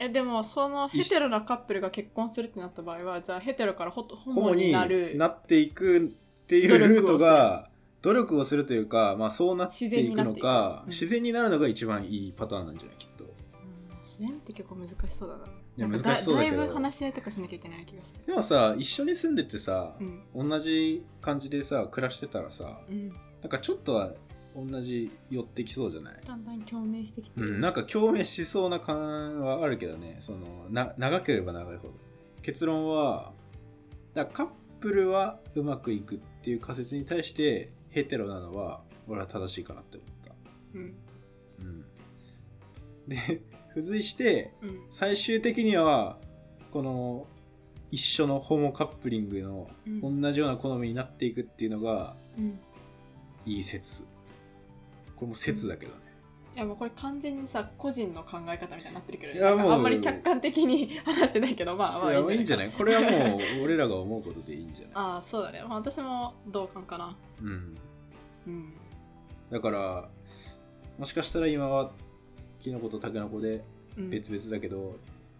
S2: えでもそのヘテロなカップルが結婚するってなった場合はじゃあヘテロからホトホモになる
S1: なっていくっていうルートが努力をするというか、まあ、そうなっていくのか
S2: 自
S1: 自然になるのが一番いいパターンなんじゃないきっと
S2: うん自然って結構難しそうだな。
S1: や
S2: なんか
S1: 難しそうだけど
S2: いぶ話し合いとかしなきゃいけない気がする。
S1: でもさ一緒に住んでてさ
S2: う、ん。
S1: 同じ感じでさ暮らしてたらさ
S2: うん。
S1: なんかちょっとは同じ寄ってきそうじゃない
S2: だんだん共鳴してきて
S1: う
S2: る。
S1: ん、なんか共鳴しそうな感はあるけどねそのな長ければ長いほど結論はだからカップルはうまくいくっていう仮説に対してヘテロなのは俺は正しいかなって思った、
S2: うん。
S1: うん、で 付随して
S2: うん。
S1: 最終的にはこの一緒のホモカップリングの
S2: うん。
S1: 同じような好みになっていくっていうのが
S2: うん
S1: いい説これも説だけどね、
S2: いやもうこれ完全にさ個人の考え方みたいになってるけど、
S1: いやもう
S2: あんまり客観的に話してないけどまあまあ
S1: いやいいんじゃないいこれはもう俺らが思うことでいいんじゃない
S2: ああそうだね、まあ、私も同感かな
S1: うん、
S2: うん
S1: だからもしかしたら今はキノコとタケノコで
S2: うん、
S1: 別々だけど、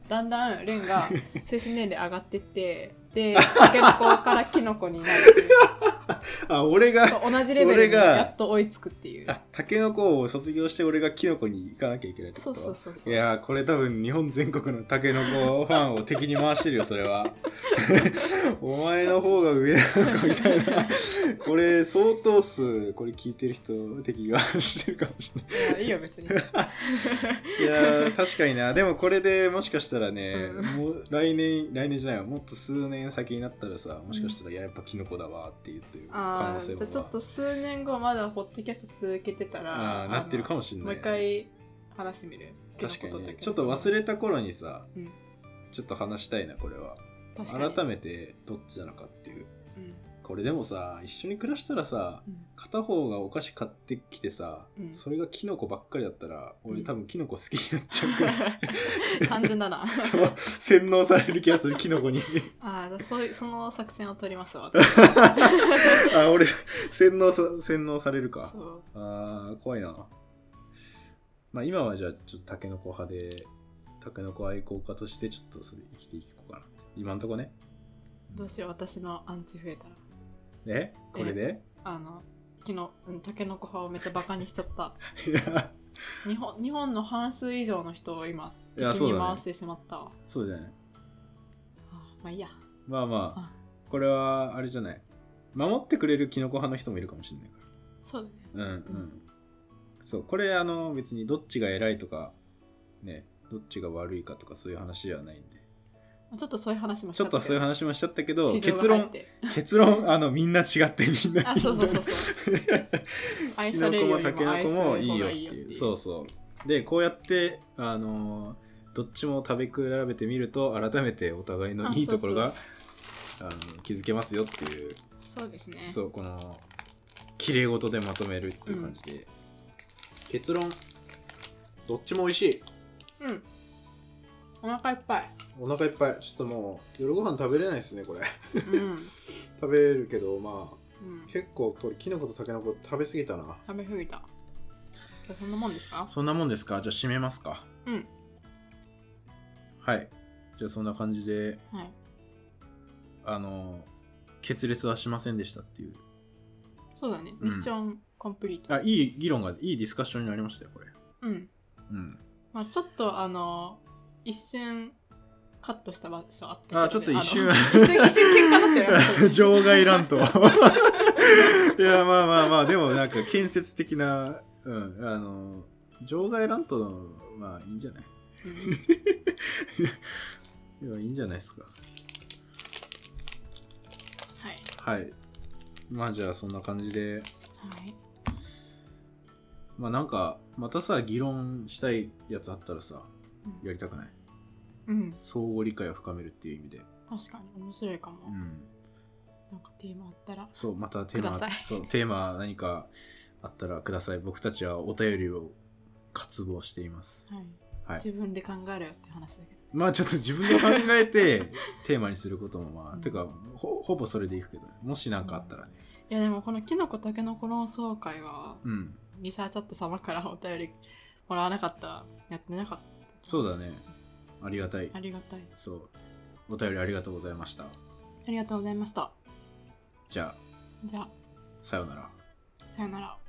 S2: だんだんレンが精神年齢上がってって でタケノコからキノコになるっていう
S1: あ俺が
S2: そう同じレベル
S1: 俺
S2: に
S1: が
S2: やっと追いつくっていう
S1: あタケノコを卒業して俺がキノコに行かなきゃいけないって
S2: そ
S1: こ
S2: う
S1: と
S2: そうそうそう
S1: いやーこれ多分日本全国のタケノコファンを敵に回してるよそれ はお前の方が上なのかみたいなこれ相当数これ聞いてる人敵に回してるかもしれな
S2: いや
S1: い
S2: いいよ 別に
S1: いやー確かになでもこれでもしかしたらね、
S2: うん
S1: もう来年来年じゃないわもっと数年先になったらさもしかしたらいややっぱキノコだわって言ってる可
S2: あ
S1: 能
S2: あじ
S1: 性
S2: ゃ
S1: も
S2: あちょっと数年後まだホットキャスト続けてたら
S1: あーなってるかもしれ
S2: あのもう
S1: ない
S2: 一回話してみる
S1: 確かにね
S2: このことだけど
S1: ちょっと忘れた頃にさ、
S2: うん
S1: ちょっと話したいなこれは
S2: 確かに
S1: 改めてどっちなのかっていう
S2: うん
S1: これでもさ一緒に暮らしたらさ
S2: うん
S1: 片方がお菓子買ってきてさ、
S2: うん
S1: それがキノコばっかりだったら俺
S2: うん
S1: 多分キノコ好きになっちゃう から、
S2: 単純だな
S1: そう洗脳される気がするキノコに。
S2: ああじゃあそういうその作戦を取ります わ
S1: あ俺洗脳さ洗脳されるか
S2: そう
S1: あー怖いなまあ今はじゃあちょっとタケノコ派でタケノコ愛好家としてちょっとそれ生きていこうかなって今んとこね
S2: どうしよう私のアンチ増えたら
S1: えこれで
S2: あの昨日うんタケノコ派をめっちゃバカにしちゃった
S1: いや
S2: 日本日本の半数以上の人を今
S1: いや
S2: 敵
S1: そう
S2: に
S1: だね
S2: 回してしまったわ、
S1: そうじゃない
S2: あまあいいや
S1: まあまあ
S2: あ
S1: これはあれじゃない守ってくれるキノコ派の人もいるかもしれないか
S2: そうだね
S1: らうんうん、そうこれあの別にどっちが偉いとかねどっちが悪いかとかそういう話ではないんで
S2: まあちょっとそういう話もし
S1: ちょっとそういう
S2: 話
S1: 話もしちゃったけど結論結論あのみんな違ってみんな
S2: あそうそうそう そ愛
S1: キ
S2: さ
S1: ノ
S2: れ
S1: コ
S2: るよ
S1: も
S2: り
S1: タケ
S2: も
S1: ノ
S2: 愛
S1: コ
S2: する方
S1: も
S2: が
S1: い
S2: い
S1: い
S2: い
S1: よ
S2: よ
S1: っ
S2: ってて
S1: い
S2: いうう
S1: そうそうでこうやってあのーどっちも食べ比べてみると改めてお互いの
S2: あ
S1: いいところがあ
S2: そ
S1: の気づけますよっていう
S2: そうですね
S1: そうこの綺麗事でまとめるっていう感じで、結論どっちも美味しい
S2: うんお腹いっぱい
S1: お腹いっぱいちょっともう夜ご飯食べれないですねこれ
S2: うん、 うん、
S1: 食べるけどまあ結構これきのことたけのこ食べ過ぎたな
S2: 食べ過ぎたじゃあそんなもんですか
S1: そんなもんですかじゃあ締めますか
S2: うん
S1: はいじゃあそんな感じで
S2: はい
S1: あの決裂はしませんでしたっていう
S2: そうだね
S1: うん
S2: ミッションコンプリート
S1: あいい議論がいいディスカッションになりましたよこれ
S2: うん
S1: うん
S2: まあちょっとあの一瞬カットした場所あったけどね
S1: あちょっと一
S2: あ
S1: 瞬
S2: の一瞬一瞬喧嘩になってる
S1: 場外乱闘いやまあまあまあでもなんか建設的なうんあの場外乱闘のまあいいんじゃない
S2: うん
S1: いやいいんじゃないですか
S2: はい
S1: はいまあじゃあそんな感じで
S2: はい
S1: まあなんかまたさ議論したいやつあったらさ
S2: うん
S1: やりたくない
S2: うん
S1: 相互理解を深めるっていう意味で
S2: 確かに面白いかも、
S1: うん
S2: なんかテーマあったら
S1: そうまたテー
S2: くださ
S1: マ
S2: い
S1: そうテーマ何かあったらください僕たちはお便りを渇望しています
S2: はい、
S1: はい
S2: 自分で考えろよって話だけど
S1: まあちょっと自分で考え てテーマにすることもまあ、
S2: うん
S1: てかほほぼそれでいくけどねもし何かあったらね
S2: いやでもこのキノコタケノコ論争会は
S1: うん、
S2: リサーチャット様からお便りもらわなかったらやってなかった
S1: そうだねありがたい
S2: ありがたい
S1: そうお便りありがとうございました
S2: ありがとうございました
S1: じゃあ
S2: じゃあ
S1: さようなら
S2: さよなら